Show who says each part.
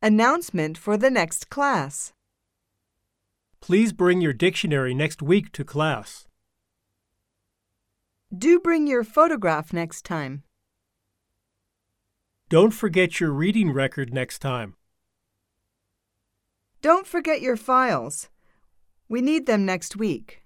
Speaker 1: Announcement for the next class.
Speaker 2: Please bring your dictionary next week to class.
Speaker 1: Do bring your photograph next time.
Speaker 2: Don't forget your reading record next time.
Speaker 1: Don't forget your files. We need them next week.